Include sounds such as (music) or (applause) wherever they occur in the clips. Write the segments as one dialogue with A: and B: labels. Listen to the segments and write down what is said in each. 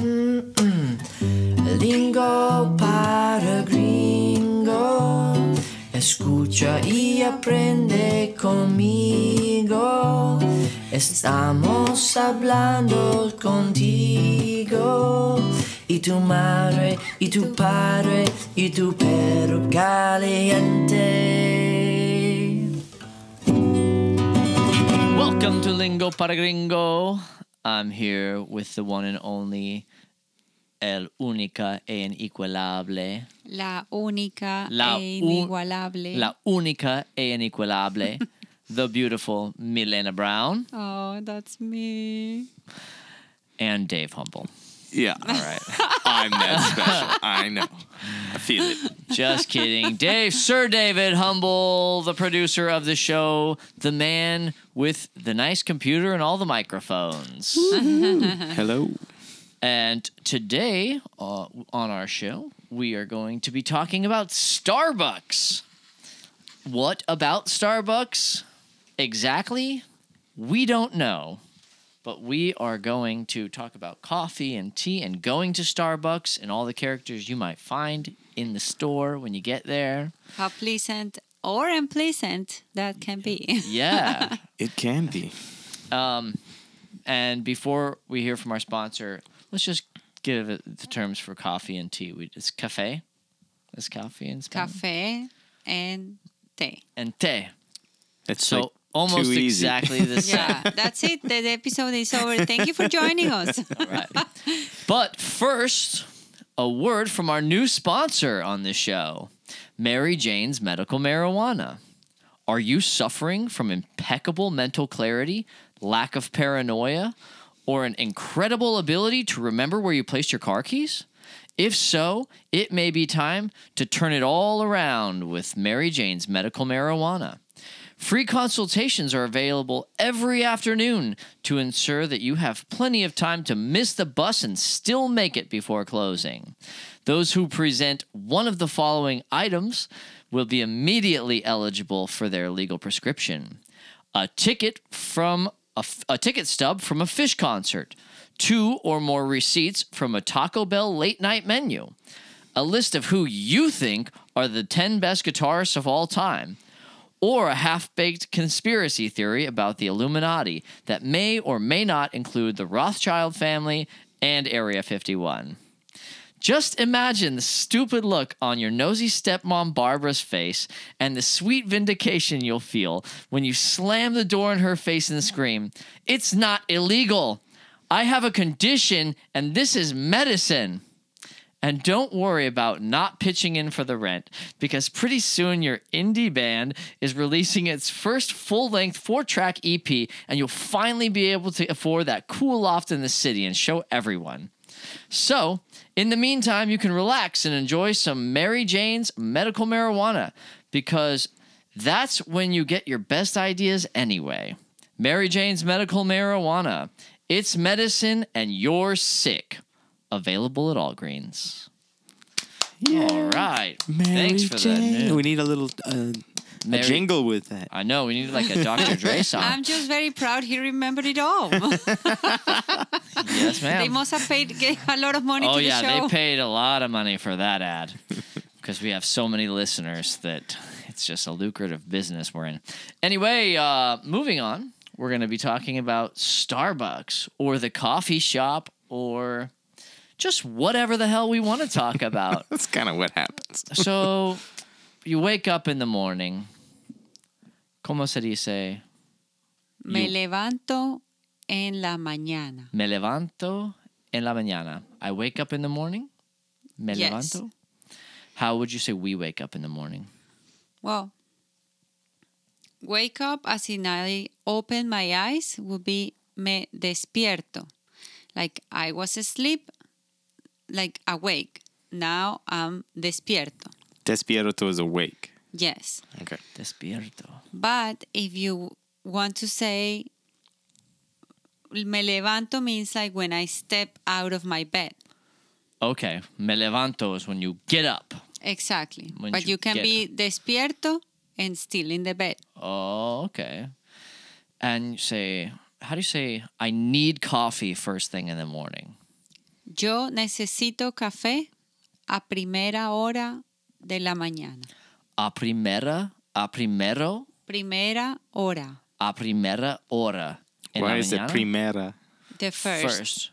A: Mm, mm. Lingo para gringo, escucha y aprende conmigo. Estamos hablando contigo y tu madre y tu padre y tu perro caliente.
B: Welcome to Lingo para Gringo. I'm here with the one and only, el única e inequalable,
C: La única
B: La
C: e
B: u-
C: inigualable.
B: la única e inequalable, the beautiful Milena Brown
C: Oh, that's me.
B: and Dave Humble.
D: Yeah.
B: All right,
D: (laughs) I'm that special. I know. I feel it.
B: just kidding. Dave, (laughs) Sir David Humble, the producer of the show, the man with the nice computer and all the microphones.
D: Hello.
B: And today uh, on our show, we are going to be talking about Starbucks. What about Starbucks? Exactly, we don't know. But we are going to talk about coffee and tea and going to Starbucks and all the characters you might find in the store when you get there.
C: How pleasant or unpleasant that can be.
B: Yeah.
D: It can be.
B: Um, and before we hear from our sponsor, let's just give it the terms for coffee and tea. We, it's cafe. It's coffee in Spanish.
C: Cafe and
B: (laughs)
C: tea.
B: And te.
D: That's
B: So
D: like
B: almost
D: too easy.
B: exactly the same.
C: (laughs) Yeah, that's it. The episode is over. Thank you for joining us.
B: Right. But first, a word from our new sponsor on this show, Mary Jane's Medical Marijuana. Are you suffering from impeccable mental clarity, lack of paranoia, or an incredible ability to remember where you placed your car keys? If so, it may be time to turn it all around with Mary Jane's Medical Marijuana. Free consultations are available every afternoon to ensure that you have plenty of time to miss the bus and still make it before closing. Those who present one of the following items will be immediately eligible for their legal prescription a ticket from a, f- a ticket stub from a fish concert, two or more receipts from a Taco Bell late night menu, a list of who you think are the 10 best guitarists of all time, or a half baked conspiracy theory about the Illuminati that may or may not include the Rothschild family and Area 51. Just imagine the stupid look on your nosy stepmom Barbara's face and the sweet vindication you'll feel when you slam the door in her face and scream, It's not illegal! I have a condition and this is medicine! And don't worry about not pitching in for the rent because pretty soon your indie band is releasing its first full length four track EP and you'll finally be able to afford that cool loft in the city and show everyone. So, in the meantime, you can relax and enjoy some Mary Jane's medical marijuana because that's when you get your best ideas anyway. Mary Jane's medical marijuana. It's medicine and you're sick. Available at Allgreens. All right. Thanks for that.
D: Jane.
B: News.
D: We need a little uh, a
B: Mary-
D: jingle with that.
B: I know we need like a Dr. Dre song.
C: I'm just very proud he remembered it
B: (laughs)
C: all.
B: yes, ma'am.
C: They must have paid gave a lot of money
B: Oh
C: to the
B: yeah,
C: show.
B: they paid a lot of money for that ad (laughs) because we have so many listeners that it's just a lucrative business we're in. Anyway, uh, moving on, we're going to be talking about Starbucks or the coffee shop or just whatever the hell we want to talk about.
D: That's kind of what happens.
B: so you wake up in the morning. Como se dice?
C: Me
B: You-
C: levanto en la mañana.
B: Me levanto en la mañana. I wake up in the morning. Me
C: Yes.
B: levanto. How would you say we wake up in the morning?
C: Well, wake up as in I open my eyes would be me despierto. Like I was asleep, like awake. Now I'm despierto.
D: Despierto is awake.
C: Yes.
D: Okay.
B: Despierto.
C: But if you want to say me levanto means like when I step out of my bed.
B: Okay, me levanto is when you get up.
C: Exactly.
B: When
C: but
B: you
C: you can
B: get
C: be despierto and still in the bed.
B: Oh, okay. And you say, how do you say, I need coffee first thing in the morning?
C: Yo necesito café a primera hora de la mañana.
B: A primera, a primero,
C: Primera hora.
B: a primera hora. En
D: Why
B: la
D: is it
B: mañana?
D: primera?
C: The first.
B: First.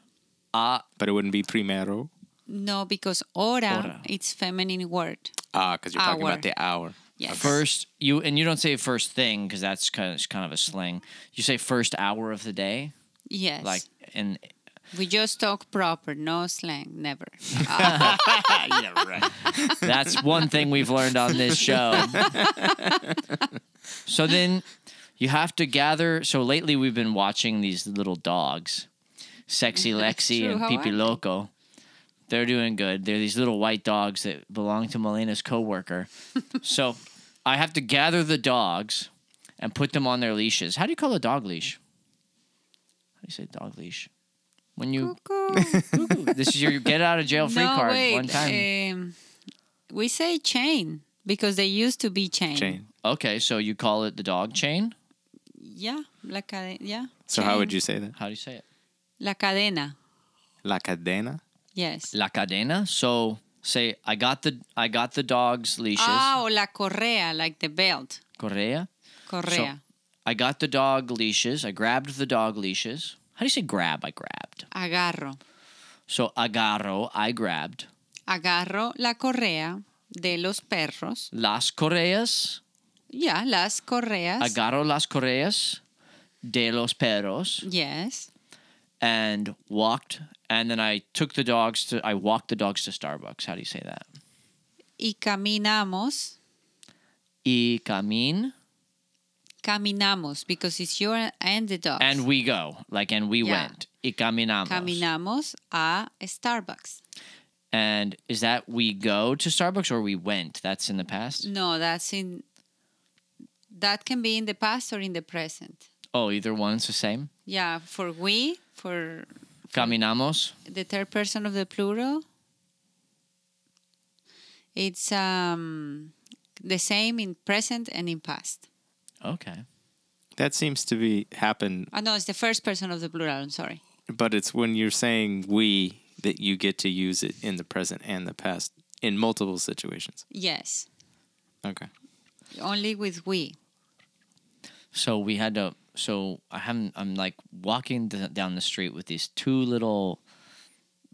B: A,
D: But it wouldn't be primero.
C: No, because hora,
B: Hora.
C: it's feminine word.
D: Ah, because you're talking
C: Hour.
D: about the hour.
C: Yes.
B: first you and you don't say first thing because that's kind of, it's kind of a slang. You say first hour of the day,
C: Yes.
B: like and
C: we just talk proper, no slang,
B: (laughs)
C: never.
D: yeah, right.
B: That's one thing we've learned on this
C: (laughs)
B: show. so then you have to gather. So lately we've been watching these little dogs, Sexy Lexi
C: Mm, true.
B: and
C: How
B: Pipi
C: are they?
B: Loco. They're doing good. They're these little white dogs that belong to Melena's
C: (laughs)
B: coworker. so I have to gather the dogs and put them on their leashes. How do you call a dog leash? How do you say dog leash? When you
C: Cuckoo.
B: this is your get out of jail free
C: no,
B: card
C: wait.
B: one time.
C: Um, we say chain because they used to be chain.
D: Chain.
B: Okay, so you call it the dog chain?
C: Yeah, la cadena. Yeah.
D: So how would you say that?
B: How do you say it?
C: La cadena.
D: La cadena.
C: Yes.
B: La cadena. So say I got the I got the dog's leashes.
C: Ah, o la correa, like the belt.
B: Correa.
C: Correa.
B: I got the dog leashes. I grabbed the dog leashes. How do you say grab? I grabbed.
C: Agarro.
B: So agarro, I grabbed.
C: Agarro la correa de los perros.
B: Las correas.
C: Yeah, las correas.
B: Agarro las correas de los perros.
C: yes.
B: And walked. And then I took the dogs to I walked the dogs to Starbucks. How do you say that?
C: Y caminamos.
B: Y camin.
C: Caminamos, because it's your and the dog.
B: And we go. Like and we
C: Yeah.
B: went. Y caminamos.
C: caminamos a Starbucks.
B: And is that we go to Starbucks or we went? That's in the past?
C: No, that's in. That can be in the past or in the present.
B: Oh, either one's the same.
C: Yeah, for we, for
B: Caminamos.
C: the third person of the plural. It's um, the same in present and in past.
B: Okay.
D: That seems to be happen,
C: Oh, no, it's the first person of the plural. I'm sorry.
D: but it's when you're saying we that you get to use it in the present and the past in multiple situations.
C: Yes,
D: Okay.
C: only with we.
B: So we had to. So I haven't. I'm like walking d- down the street with these two little,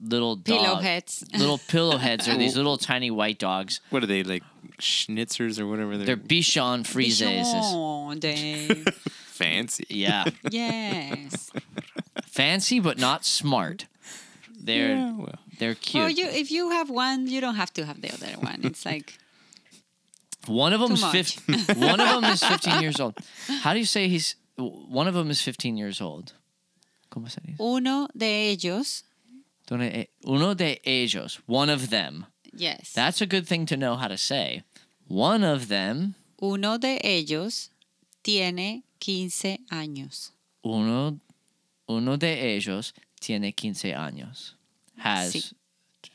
B: little dog,
C: Pillow heads.
B: Little pillow heads are these little tiny white dogs.
D: What are they like schnitzers or whatever they're,
B: They're Bichon Frises.
C: Bichon de-
D: fancy.
B: Yeah, (laughs)
C: yes.
B: fancy but not smart. They're
D: Yeah, well.
B: they're
C: Oh,
B: cute.
C: you if you have one, you don't have to have the other one. It's like
B: One of them's
C: much.
B: fifteen. one of them is fifteen years old. How do you say he's? w- One of them is fifteen years old. ¿Cómo se dice?
C: uno de ellos.
B: Donde e- Uno de ellos. One of them.
C: Yes.
B: That's a good thing to know how to say. One of them.
C: uno de ellos tiene 15 años.
B: Uno. Uno de ellos tiene quince años. Has
C: Sí.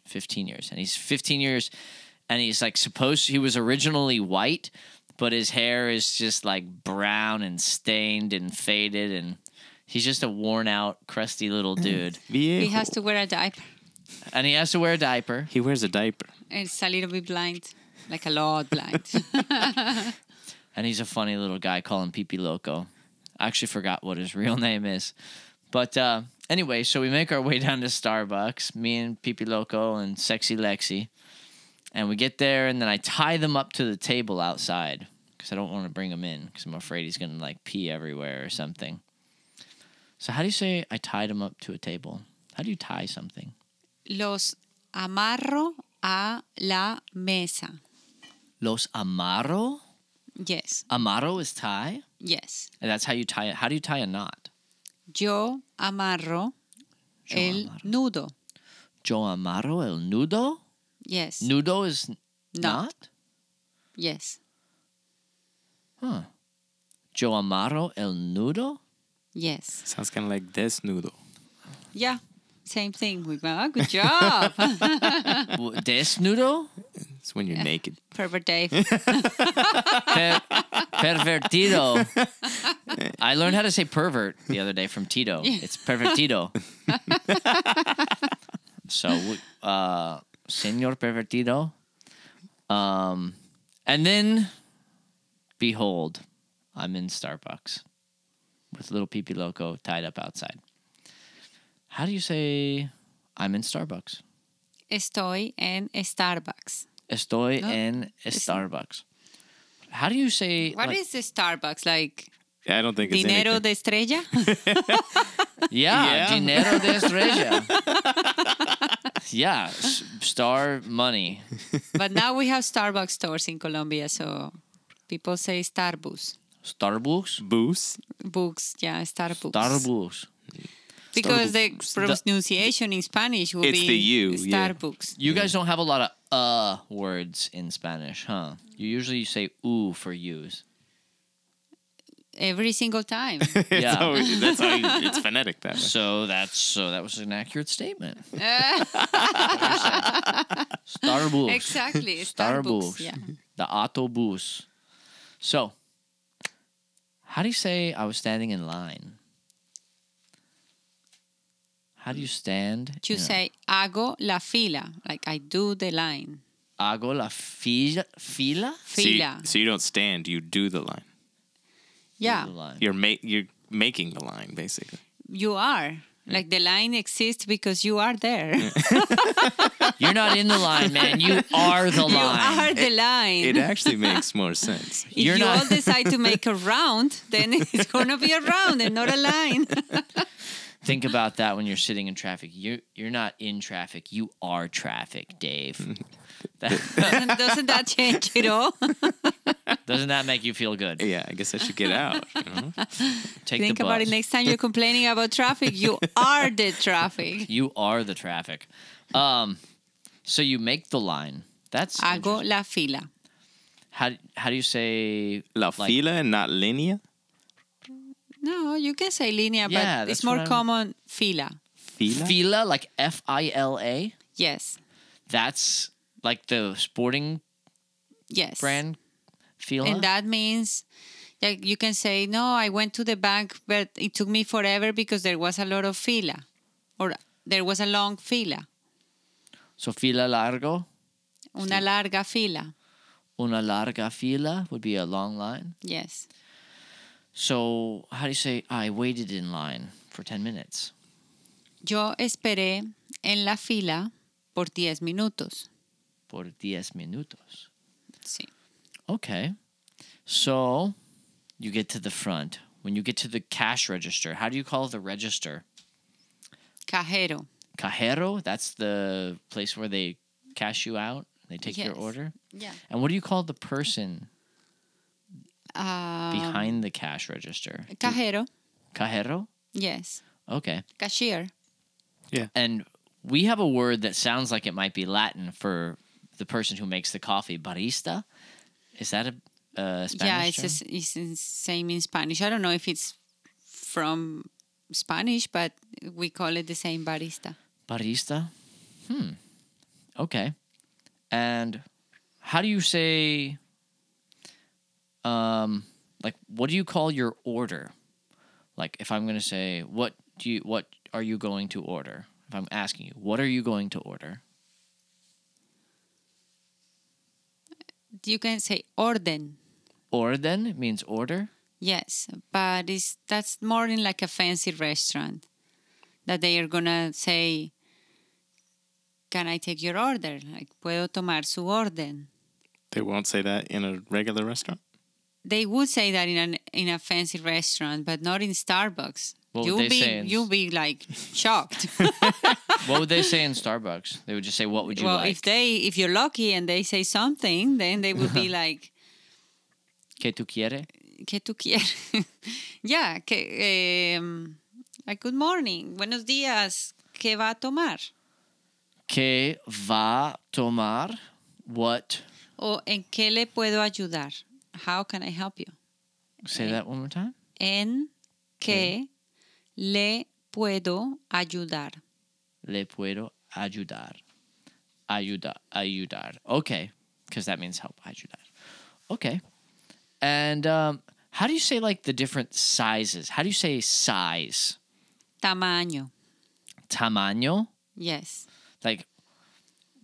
B: fifteen years, and he's fifteen years, and he's like supposed. He was originally white, but his hair is just like brown and stained and faded, and he's just a worn out, crusty little dude.
D: Viejo.
C: He has to wear a diaper.
B: and he has to wear a diaper.
D: He wears a diaper.
C: It's a little bit blind, like a lot blind. (laughs)
B: And he's a funny little guy calling Pee Pee Loco. I actually forgot what his (laughs) real name is. But uh, anyway, so we make our way (laughs) down to Starbucks, me and Pee Pee Loco and Sexy Lexi. And we get there, and then I tie them up to the table outside because I don't want to bring him in because I'm afraid he's going to like pee everywhere or something. So, how do you say I tied him up to a table? How do you tie something?
C: Los amarro a la mesa.
B: Los amarro?
C: Yes,
B: Amaro is tie?
C: yes.
B: And that's how you tie it. How do you tie a knot?
C: Yo amarro
B: Yo
C: el
B: amarro.
C: nudo.
B: Yo amaro el nudo?
C: Yes.
B: Nudo is n-
C: Knot.
B: not?
C: Yes.
B: Huh. Yo amaro el nudo?
C: Yes.
D: Sounds kind of like desnudo.
C: Yeah. Same thing. Muy bien. Good
D: (laughs)
C: job.
B: W- Desnudo?
D: It's when you're naked.
C: Pervert Dave.
B: Per- pervertido. I learned how to say pervert the other day from Tito. It's pervertido. So, we- uh, Senor Pervertido. Um, and then, behold, I'm in Starbucks with little Pee Pee Loco tied up outside. How do you say I'm in Starbucks?
C: Estoy en Starbucks.
B: Estoy
C: No,
B: en Starbucks. How do you say?
C: What
B: like-
C: is Starbucks? Like
D: I don't think it's
C: dinero
D: anything.
C: de estrella?
B: Yeah,
D: Yeah.
B: dinero de estrella.
D: (laughs)
B: yeah, s- star money.
C: but now we have Starbucks stores in Colombia, so people say Starbucks.
B: Starbucks.
D: (laughs) Boost.
C: Books, yeah, Starbucks.
B: Starbucks.
C: Because the pronunciation in Spanish will
D: It's
C: be
D: the U, yeah.
C: Starbucks.
B: You guys don't have a lot of uh words in Spanish, huh? You usually say ooh for yous.
C: Every single
D: (laughs)
C: time.
B: Yeah.
D: That's how we- that's how you, it's phonetic that way.
B: So that's so that was an accurate
D: (laughs)
B: statement. Starbucks.
C: exactly.
B: Starbucks.
C: Starbucks. Yeah.
B: Mm-hmm. The autobus. So, how do you say I was standing in line? How do you stand?
C: You
B: in a-
C: say hago la fila, like I do the line.
B: Hago la fila. fila?
D: So you,
C: Fila.
D: so you don't stand, you do the line.
C: yeah,
B: The line.
D: You're ma- you're making the line basically.
C: you
B: Mm.
C: are. Like the line exists because you are there.
B: You're not in the line, man. You are the
C: (laughs) You
B: line. uh,
C: are the line.
D: It actually makes more sense.
C: if
B: You're
C: you
B: not-
C: all decide to
B: (laughs)
C: make a round, then it's going to be a round and not a
B: (laughs)
C: line. (laughs)
B: Think about that when you're sitting in traffic. You you're not in traffic. You are traffic, Dave. (laughs) That-
C: Doesn't that change at all?
B: doesn't that make you feel good?
D: Yeah, I guess I should get
B: (laughs)
D: out. you know?
B: Take
C: Think
B: the
C: about
B: bus.
C: it next time you're complaining about traffic. You are
B: (laughs)
C: the traffic.
B: You are the traffic. Um, so you make the line. That's
C: Hago
B: interesting.
C: la fila.
B: how how do you say
D: La
B: like-
D: fila and not linea.
C: No, you can say linea,
B: Yeah,
C: but
B: that's
C: it's
B: what
C: more
B: I'm-
C: common fila.
D: Fila.
B: fila like F I L A?
C: Yes.
B: That's like the sporting
C: Yes.
B: brand fila.
C: And that means like you can say, No, I went to the bank, but it took me forever because there was a lot of fila or there was a long fila,
B: so fila largo,
C: una larga fila.
B: una larga fila would be a long line.
C: Yes.
B: So how do you say I waited in line for ten minutes?
C: Yo esperé en la fila por 10 minutos.
B: Por diez minutos.
C: Sí.
B: Okay. So you get to the front. When you get to the cash register, how do you call the register?
C: Cajero.
B: Cajero? That's the place where they cash you out. They take your
C: Yes.
B: order.
C: Yeah.
B: And what do you call the person
C: Uh,
B: behind the cash register?
C: cajero.
B: Cajero?
C: Yes.
B: Okay.
C: Cashier.
B: And we have a word that sounds like it might be Latin for the person who makes the coffee, barista. Is that a, a Spanish
C: yeah, it's,
B: term?
C: the it's the same in Spanish. I don't know if it's from Spanish, but we call it the same barista.
B: Barista? Hmm. Okay. And how do you say um like what do you call your order? Like if I'm going to say what do you what are you going to order? If I'm asking you, what are you going to order?
C: You can say orden.
B: Orden means
C: (laughs)
B: order.
C: Yes, but it's, that's more in like a fancy restaurant that they are gonna say, "Can I take your order?" Like, "Puedo tomar su orden."
D: They won't say that in a regular restaurant.
C: They would say that in an in a fancy restaurant, but not in Starbucks.
B: What would
C: you'll
B: they
C: be
B: say in-
C: you'll be like shocked.
B: (laughs) What would they say in Starbucks? They would just say what would you
C: well,
B: like?
C: if they if you're lucky and they say something, then they would
B: (laughs)
C: be like,
B: Que tu quiere?
C: "¿Qué tú quieres?" (laughs) yeah, que um, like good morning, buenos días, ¿qué va a tomar?
B: Que va tomar? What?
C: O en qué le puedo ayudar? How can I help you? Eh.
B: Say that one more time.
C: En qué le puedo ayudar?
B: le puedo ayudar. Ayuda, ayudar. Okay, because that means help. Ayudar. Okay. And um, how do you say like the different sizes? How do you say size?
C: Tamaño.
B: Tamaño.
C: Yes.
B: Like,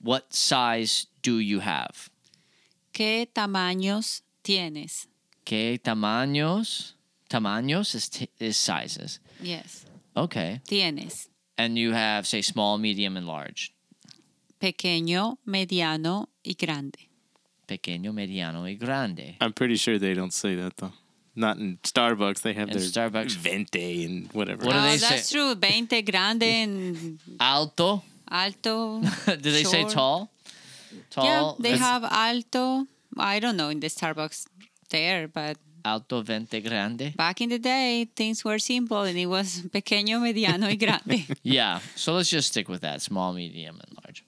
B: what size do you have?
C: ¿Qué tamaños tienes?
B: ¿Qué tamaños? Tamaños is, t- is sizes.
C: Yes.
B: Okay.
C: Tienes
B: And you have, say, small, medium, and large.
C: pequeño, mediano y grande.
B: Pequeño, mediano, y grande.
D: I'm pretty sure they don't say that though. Not in Starbucks. They have
B: In
D: their
B: Starbucks.
D: vente and whatever.
B: What do
C: oh,
B: they say?
C: that's true. 20 grande and
B: Alto. (laughs)
C: alto.
B: do they say
C: short.
B: tall? Tall.
C: (laughs) Yeah, they
B: It's
C: have alto. I don't know in the Starbucks there, but
B: Alto, vente, grande.
C: back in the day, things were simple and it was pequeño, mediano y (laughs) grande.
B: (laughs) Yeah. So let's just stick with that small, medium, and large.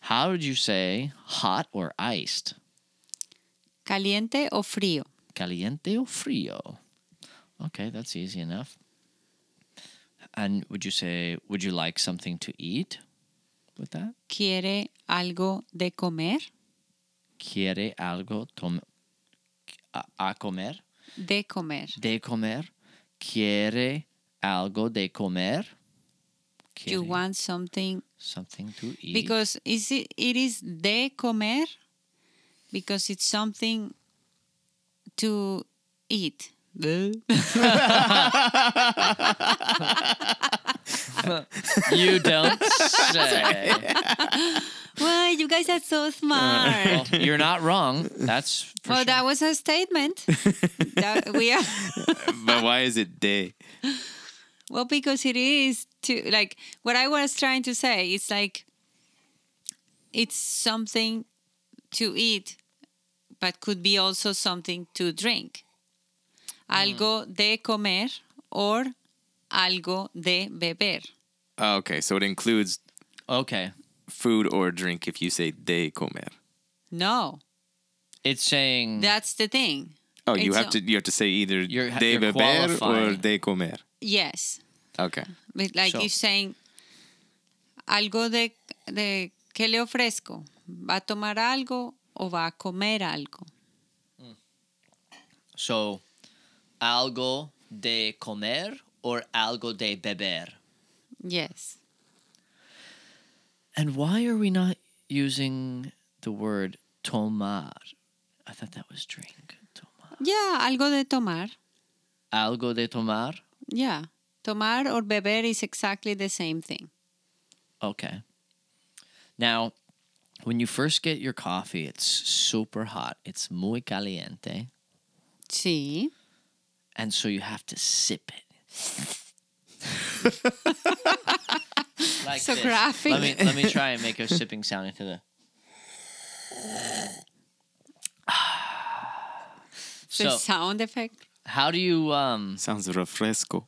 B: How would you say hot or iced?
C: Caliente o frío.
B: Caliente o frio? Okay, that's easy enough. And would you say, would you like something to eat with that?
C: ¿Quiere algo de comer?
B: Quiere algo tom- a- a comer?
C: De comer.
B: De comer? Quiere algo de comer? Quiere
C: You want something
B: something to eat?
C: because is it, it is de comer because it's something to eat.
B: you
C: (laughs)
B: don't say.
C: Why you guys
B: (laughs)
C: are
B: Ah,
C: so
B: Well,
C: (laughs) smart?
B: you're not wrong. That's for
C: well,
B: sure.
C: that was
B: (laughs)
C: a statement. that we are
D: but why is it day?
C: well because it is to like what I was trying to say. It's like it's something to eat, but could be also something to drink. Algo de comer or algo de beber.
D: Oh, okay, so it includes
B: okay.
D: food or drink if you say de comer.
C: No,
B: It's saying
C: that's the thing.
D: Oh, you
C: It's
D: have
C: a-
D: to you have to say either
B: You're-
D: de
B: you're
D: beber or
B: qualifying.
D: de comer.
C: Yes,
D: Okay.
C: but like
B: So-
C: you're saying algo de de qué le ofrezco. Va a tomar algo o va a comer algo.
B: so algo de comer or algo de beber.
C: Yes.
B: And why are we not using the word tomar? I thought that was drink. Tomar.
C: Yeah, algo de tomar.
B: Algo de tomar.
C: Yeah. Tomar or beber is exactly the same thing.
B: Okay. Now, when you first get your coffee, it's super hot. It's muy caliente.
C: Sí.
B: and so you have to sip it. like
C: So
B: this.
C: graphic.
B: Let me let me try and make a sipping sound into the.
C: The
B: so
C: sound effect.
B: how do you um?
D: Sounds refresco.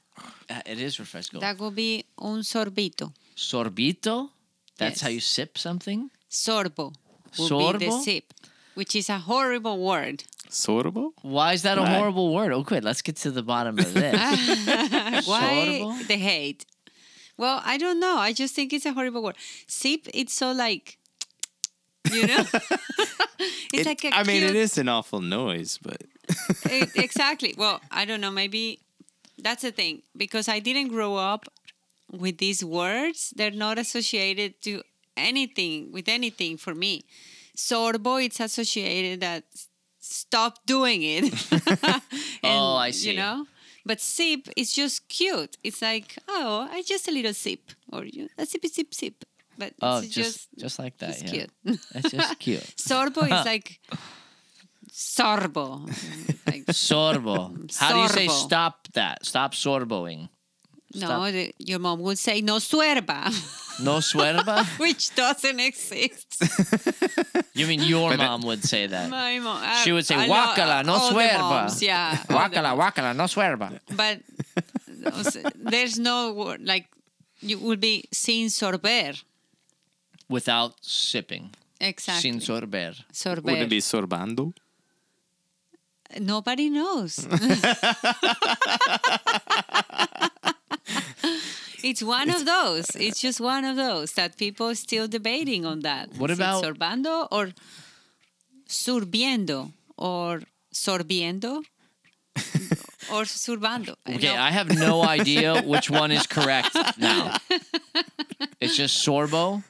B: uh, It is refresco.
C: That would be un sorbito.
B: Sorbito. That's how
C: Yes.
B: you sip something.
C: Sorbo would be the
B: Sorbo?
C: sip, which is a horrible word.
D: Sorbo?
B: Why is that a
D: Right.
B: horrible word? Okay, let's get to the bottom of
C: (laughs)
B: this.
C: Why
B: Sorbo?
C: the hate? Well, I don't know. I just think it's a horrible word. Sip, it's so like, you know, it's
D: It-
C: like a
D: I mean,
C: cute,
D: it is an awful noise, but (laughs)
C: it- Eh, exactly. Well, I don't know. Maybe that's the thing because I didn't grow up with these words. They're not associated to anything with anything for me. Sorbo, it's associated that s- stop doing it. (laughs)
B: Oh, I
C: You
B: see.
C: know. But sip is just cute. It's like, oh, I just a little sip, or you a sip, sip, sip. But
B: oh,
C: it's
B: just,
C: just,
B: just like that.
C: it's
B: yeah.
C: cute. (laughs)
B: That's just cute.
C: Sorbo
B: (laughs)
C: is like sorbo. Like, (laughs)
B: Sorbo. How do you say
C: Sorbo.
B: stop that? Stop sorboing.
C: No, the, your mom would say no suerba,
B: No suerba.
C: (laughs) which doesn't
B: (laughs)
C: exist.
B: You mean your mom would say that?
C: My mom, I-
B: She would say,
C: I love-
B: "Guácala, no
C: all the
B: suerba."
C: moms, yeah, all the-
B: Guacala, guacala, no suerba.
C: But those- there's no word like you would be sin sorber.
B: Without sipping.
C: Exactly.
B: Sin sorber.
C: sorber.
D: would it be sorbando?
C: Nobody
B: (laughs)
C: knows. it's one of those. It's just one of those that people are still debating on that.
B: What
C: Is it
B: about-
C: sorbando or surbiendo or
B: (laughs)
C: sorbiendo or surbando?
B: Okay,
C: No.
B: I have no
C: (laughs)
B: idea which one is correct now. It's just sorbo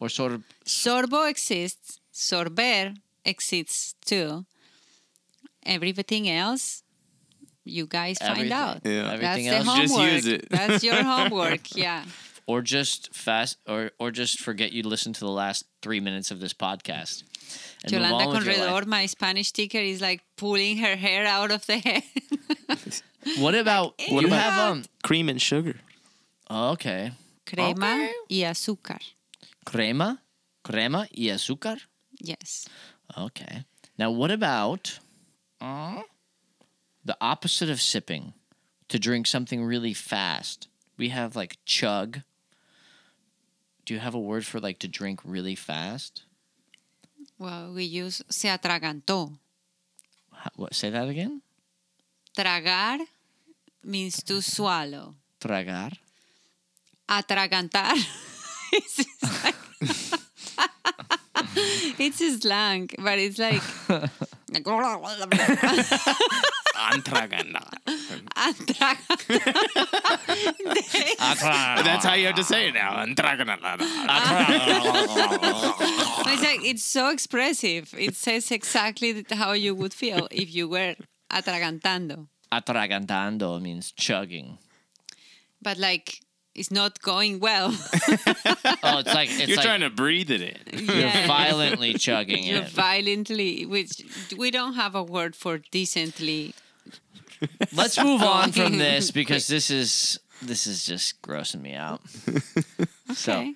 B: or sort of
C: Sorbo exists. Sorber exists too. Everything else, you guys
B: everything.
C: find out.
D: Yeah.
B: Everything else,
C: That's the
D: home-
C: homework.
D: Just use it.
B: (laughs)
C: That's your homework. Yeah.
B: or just fast, or or just forget you listened to the last three minutes of this podcast. And move
C: Yolanda
B: on with your life.
C: Conredor, my Spanish teacher, is like pulling her hair out of the (laughs) head.
B: What about
D: What
B: you
D: about-
B: have um?
D: Cream and sugar.
B: oh, okay,
C: Crema
B: Okay.
C: y azúcar.
B: crema, crema y azúcar.
C: Yes.
B: Okay. Now, what about uh, the opposite of sipping? To drink something really fast. We have like chug. Do you have a word for like to drink really fast?
C: Well, we use se atragantó.
B: How, what, say that again.
C: Tragar means to swallow.
B: Tragar.
C: Atragantar. (laughs) it's, just like- (laughs) it's a slang, but
B: (laughs)
C: it's like. (laughs) Atragantar.
D: (laughs) That's how you have to say it now. Antraganalada.
C: It's like it's so expressive. It says exactly th- how you would feel if you were atragantando,
B: Atragantando means chugging.
C: but like it's not going well.
B: Oh, it's like it's
D: You're
B: like
D: trying to breathe it in.
B: (laughs) you're
C: Yeah.
B: violently chugging
C: You're
B: it.
C: violently, which we don't have a word for decently.
B: Let's move on from this because this is this is just grossing me out. So
C: Okay.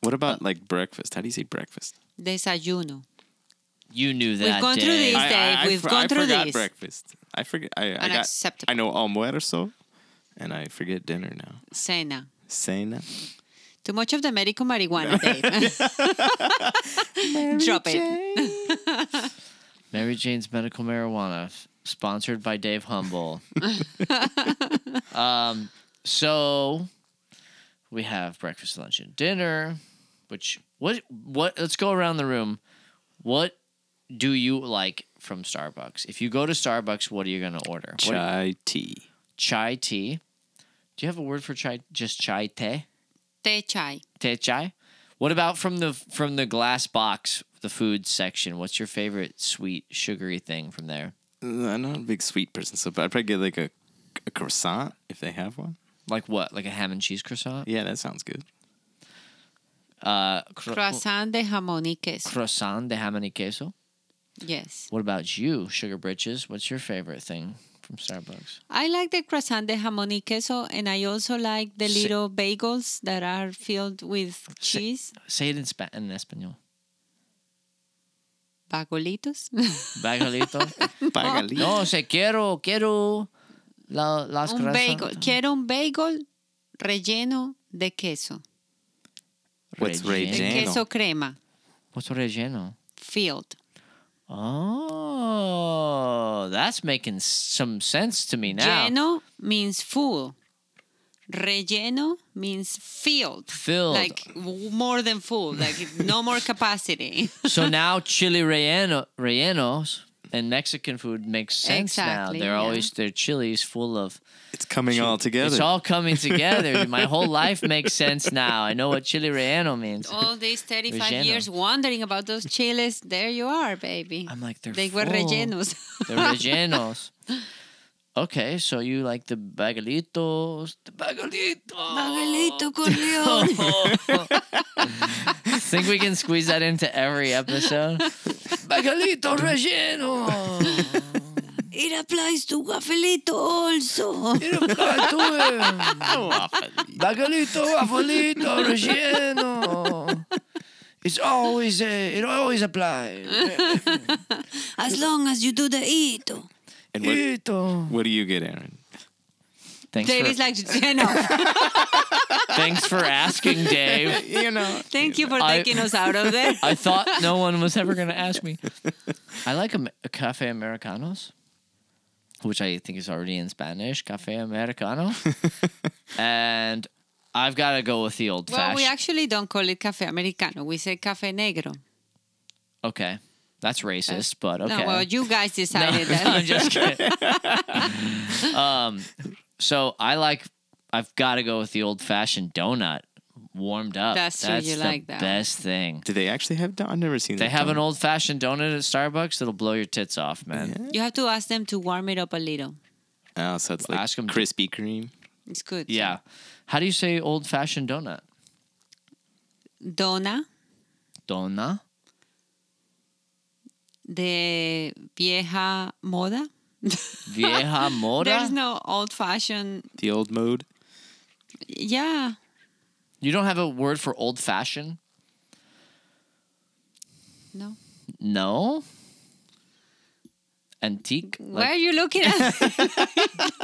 D: What about like breakfast? How do you say breakfast?
C: Desayuno.
B: you knew that.
C: gone through
B: day.
C: these- Dave, we've
D: fr-
C: gone through
D: I forgot
C: these.
D: breakfast. I forget. I, I got.
C: Unacceptable.
D: I know almuerzo, and I forget dinner now.
C: Cena.
D: (laughs) Cena.
C: Too much of the medical
B: (laughs)
C: marijuana, Dave. Drop it.
B: Mary Jane's Medical Marijuana, f- sponsored by Dave Humble. um, so we have breakfast, lunch, and dinner. Which what what? Let's go around the room. What do you like from Starbucks? If you go to Starbucks, what are you gonna order? What-
D: Chai tea.
B: chai tea. Do you have a word for chai? Just chai tea,
C: Te chai.
B: Teh chai. What about from the from the glass box, the food section? What's your favorite sweet sugary thing from there?
D: Uh, I'm not a big sweet person, so but I'd probably get like a, a croissant if they have one.
B: Like what? Like a ham and cheese croissant?
D: Yeah, that sounds good.
B: Uh, cro-
C: Croissant de jamón y queso.
B: croissant de ham and queso.
C: Yes.
B: What about you, Sugar Britches? What's your favorite thing from Starbucks?
C: I like the croissant de jamón y queso, and I also like the
B: Sí.
C: little bagels that are filled with cheese.
B: Say it in Spa- in Espanol.
C: Bagolitos. (laughs)
B: Bagelito.
D: (laughs) Pagali.
B: no, se quiero, quiero la, las
C: un bagel.
B: croissant-
C: Quiero un bagel relleno de queso.
D: (laughs) What's
B: Relleno.
C: De
D: Relleno.
C: queso crema.
B: What's relleno?
C: Filled.
B: Oh, that's making s- some sense to me now.
C: Lleno means full. Relleno means filled.
B: Filled.
C: Like w- more than full. Like no more capacity.
B: (laughs) so
C: (laughs)
B: now chili relleno, rellenos and Mexican food makes sense
C: Exactly,
B: now. They're
C: yeah.
B: always their chilies full of.
D: It's coming all together.
B: It's
D: (laughs)
B: all coming together. My whole life makes sense now. I know what chili relleno means.
C: All these 35
B: Relleno.
C: years wondering about those chiles. There you are, baby.
B: I'm like they're
C: They were
B: full.
C: rellenos.
B: They're rellenos. (laughs) Okay, so you like the bagelitos, the bagelitos.
C: Bagelito
B: (laughs)
C: corrió.
B: Think we can squeeze that into every episode? Bagelito relleno.
C: It applies to wafelito also.
B: Bagelito, wafelito, relleno. It's always a, it always applies.
C: As long as you do the ito.
D: and what, what do you get, (laughs) Aaron?
B: Thanks
C: Dave is
B: for,
C: like, (laughs) enough.
B: thanks for asking, Dave.
D: You know,
C: Thank you for
B: I-
C: taking us out of there.
B: I thought no one was ever going to ask me. I like a, a cafe americanos, which I think is already in Spanish, cafe americano. and I've got to go with the old
C: Well,
B: fashioned.
C: we actually don't call it cafe americano. We say cafe negro.
B: okay, that's racist, but okay.
C: No, well, you
B: (laughs)
C: guys decided that.
B: I'm just kidding.
C: (laughs)
B: um, so I like. I've got to go with the old fashioned donut. warmed up.
C: That's true, you
B: the
C: like that.
B: best thing.
D: Do they actually have? don- I've never seen.
B: They
D: that
B: have
D: don-
B: an old fashioned donut at Starbucks that'll blow your tits off, man.
D: Yeah.
C: You have to ask them to warm it up a little.
D: Oh, so it's like
B: Ask 'em to-
D: Krispy Kreme.
C: It's good.
B: Yeah. How do you say old fashioned donut?
C: Dona
B: Donna?
C: de vieja moda.
B: Vieja
C: (laughs)
B: moda?
C: There's no old fashioned.
D: The old mode.
C: Yeah.
B: you don't have a word for old fashioned?
C: No.
B: No. Antique?
C: Why
B: Like,
C: are you looking
B: (laughs)
C: at? (laughs)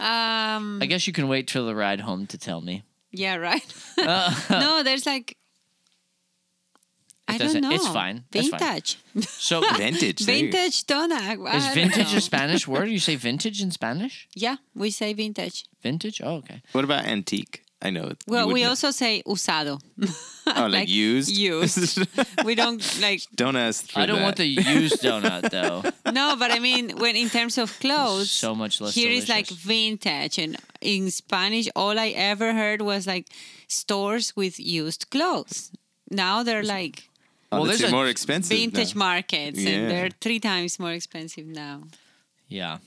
C: um.
B: I guess you can wait till the ride home to tell
C: (laughs)
B: me.
C: Yeah. Right.
B: Uh,
C: no. There's like. I don't
B: doesn't-
C: know.
B: it's fine. It's fine.
C: Vintage.
B: so
D: Vintage. there you go.
C: Vintage dona.
B: is
C: I don't
B: vintage
C: know.
B: a Spanish word? You say vintage in Spanish?
C: Yeah, we say vintage.
B: Vintage? Oh, okay.
D: What about antique? I know. it- you
C: Well,
D: would
C: we
D: know.
C: also say usado.
D: oh,
C: (laughs)
D: like, used.
C: Used.
B: (laughs)
C: we don't like
D: Don't ask. For
B: I don't
D: that.
B: want the used donut
C: (laughs)
B: though.
C: no, but I mean when in terms of clothes,
B: so much less
C: Oh, Here is like
B: delicious.
C: vintage, and in Spanish, all I ever heard was like stores with used clothes. Now they're like
D: Oh,
B: Well,
D: that's
B: there's a
D: more expensive.
C: vintage
D: now.
C: markets,
D: Yeah.
C: and they're three times more expensive now.
B: yeah.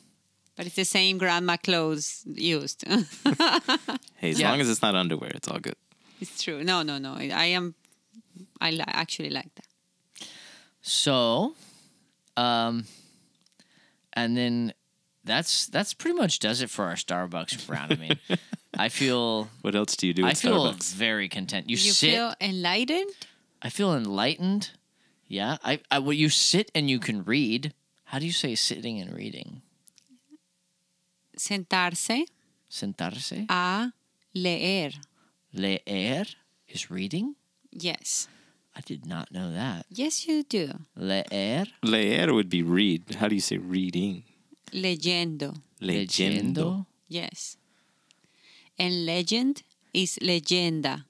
C: But it's the same grandma clothes used. (laughs)
D: Hey, as
B: Yeah.
D: long as it's not underwear, it's all good.
C: it's true. No, no, no. I am. I li- actually like that.
B: So, um, and then that's that's pretty much does it for our Starbucks round. I mean, I
D: (laughs)
B: feel
D: What else do you do?
B: I
D: at
B: feel
D: Starbucks?
B: very content. You,
C: You
B: sit.
C: feel enlightened.
B: I feel enlightened. Yeah. I, I well, you sit and you can read. How do you say sitting and reading?
C: Sentarse
B: Sentarse.
C: a leer.
B: Leer is reading.
C: Yes.
B: I did not know that.
C: Yes, you do.
B: Leer.
D: Leer would be read. How do you say reading?
C: Leyendo.
D: Leyendo.
C: Yes. And legend is leyenda.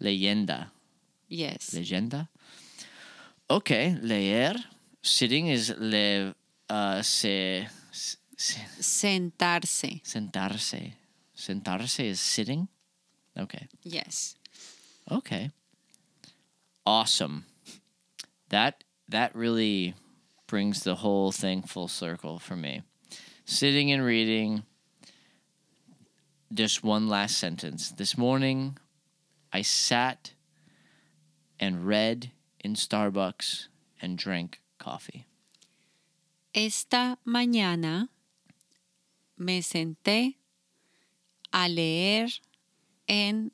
B: Leyenda.
C: Yes.
B: Legenda. Okay, leer. Sitting is le, uh, se, se,
C: Sentarse.
B: sentarse. Sentarse is sitting. Okay.
C: Yes.
B: Okay. Awesome. That that really brings the whole thing full circle for me. Sitting and reading. Just one last sentence. This morning, I sat and read in Starbucks and drank coffee.
C: Esta mañana me senté a leer en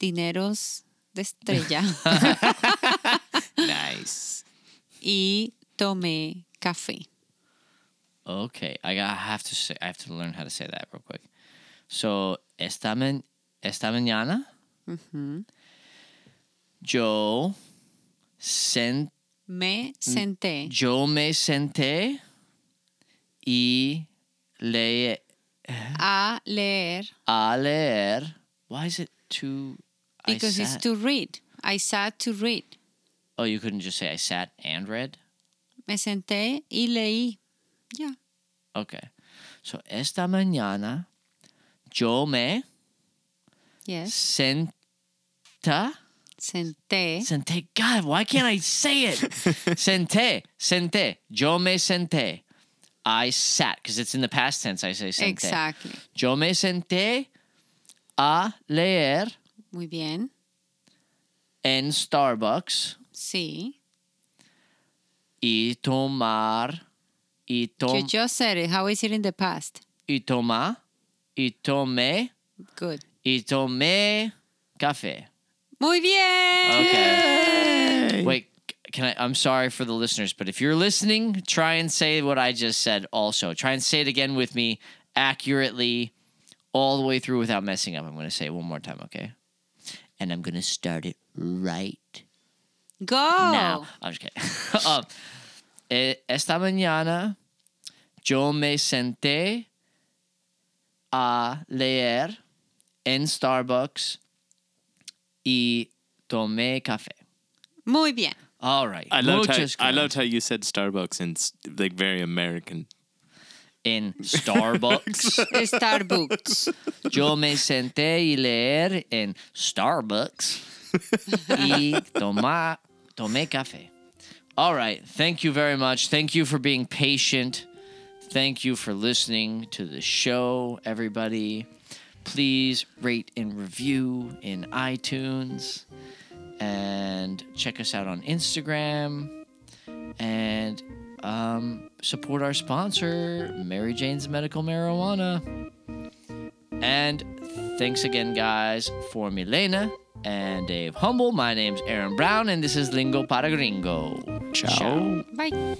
C: Dineros
B: (laughs)
C: de Estrella
D: Nice.
C: y tomé café.
B: Okay, I got I have to say I have to learn how to say that real quick. So esta man, esta mañana
C: Mm-hmm.
B: yo sen,
C: Me
B: Mm.
C: senté
B: yo me senté y le
C: a leer
B: a leer. Why is it too? I
C: because it's
B: sat-
C: to read. I sat to read.
B: Oh, you couldn't just say I sat and read.
C: Me senté y leí. Yeah.
B: Okay, so esta mañana yo me
C: Yes.
B: senta.
C: Senté.
B: Sente. God, why can't I say it? sente. Sente. Yo me sente. I sat. Because it's in the past tense. I say sente.
C: Exactly.
B: Yo me sente a leer
C: Muy bien.
B: en Starbucks
C: Sí.
B: y tomar y,
C: you
B: tom,
C: just said it. How is it in the past?
B: y toma y tomé
C: Good.
B: y tomé café.
C: Muy bien.
B: Okay. Wait, c- can I? I'm sorry for the listeners, but if you're listening, try and say what I just said. Also, try and say it again with me accurately, all the way through without messing up. I'm going to say it one more time, okay? And I'm going to start it right
C: Go.
B: now. I'm just kidding. (laughs) um, eh, esta mañana yo me senté a leer en Starbucks y tomé café.
C: Muy bien.
B: All right.
D: I loved, how,
B: Muchas
D: I
B: gracias.
D: loved how you said Starbucks and s- like very American.
B: in Starbucks.
C: Starbucks.
B: Yo me senté y leer en Starbucks y toma, tomé café. All right. Thank you very much. Thank you for being patient. Thank you for listening to the show, everybody. Please rate and review in iTunes and check us out on Instagram and um, support our sponsor, Mary Jane's Medical Marijuana. And thanks again, guys, for Milena and Dave Humble. My name's Aaron Brown, and this is Lingo para Gringo.
D: Ciao.
C: Bye.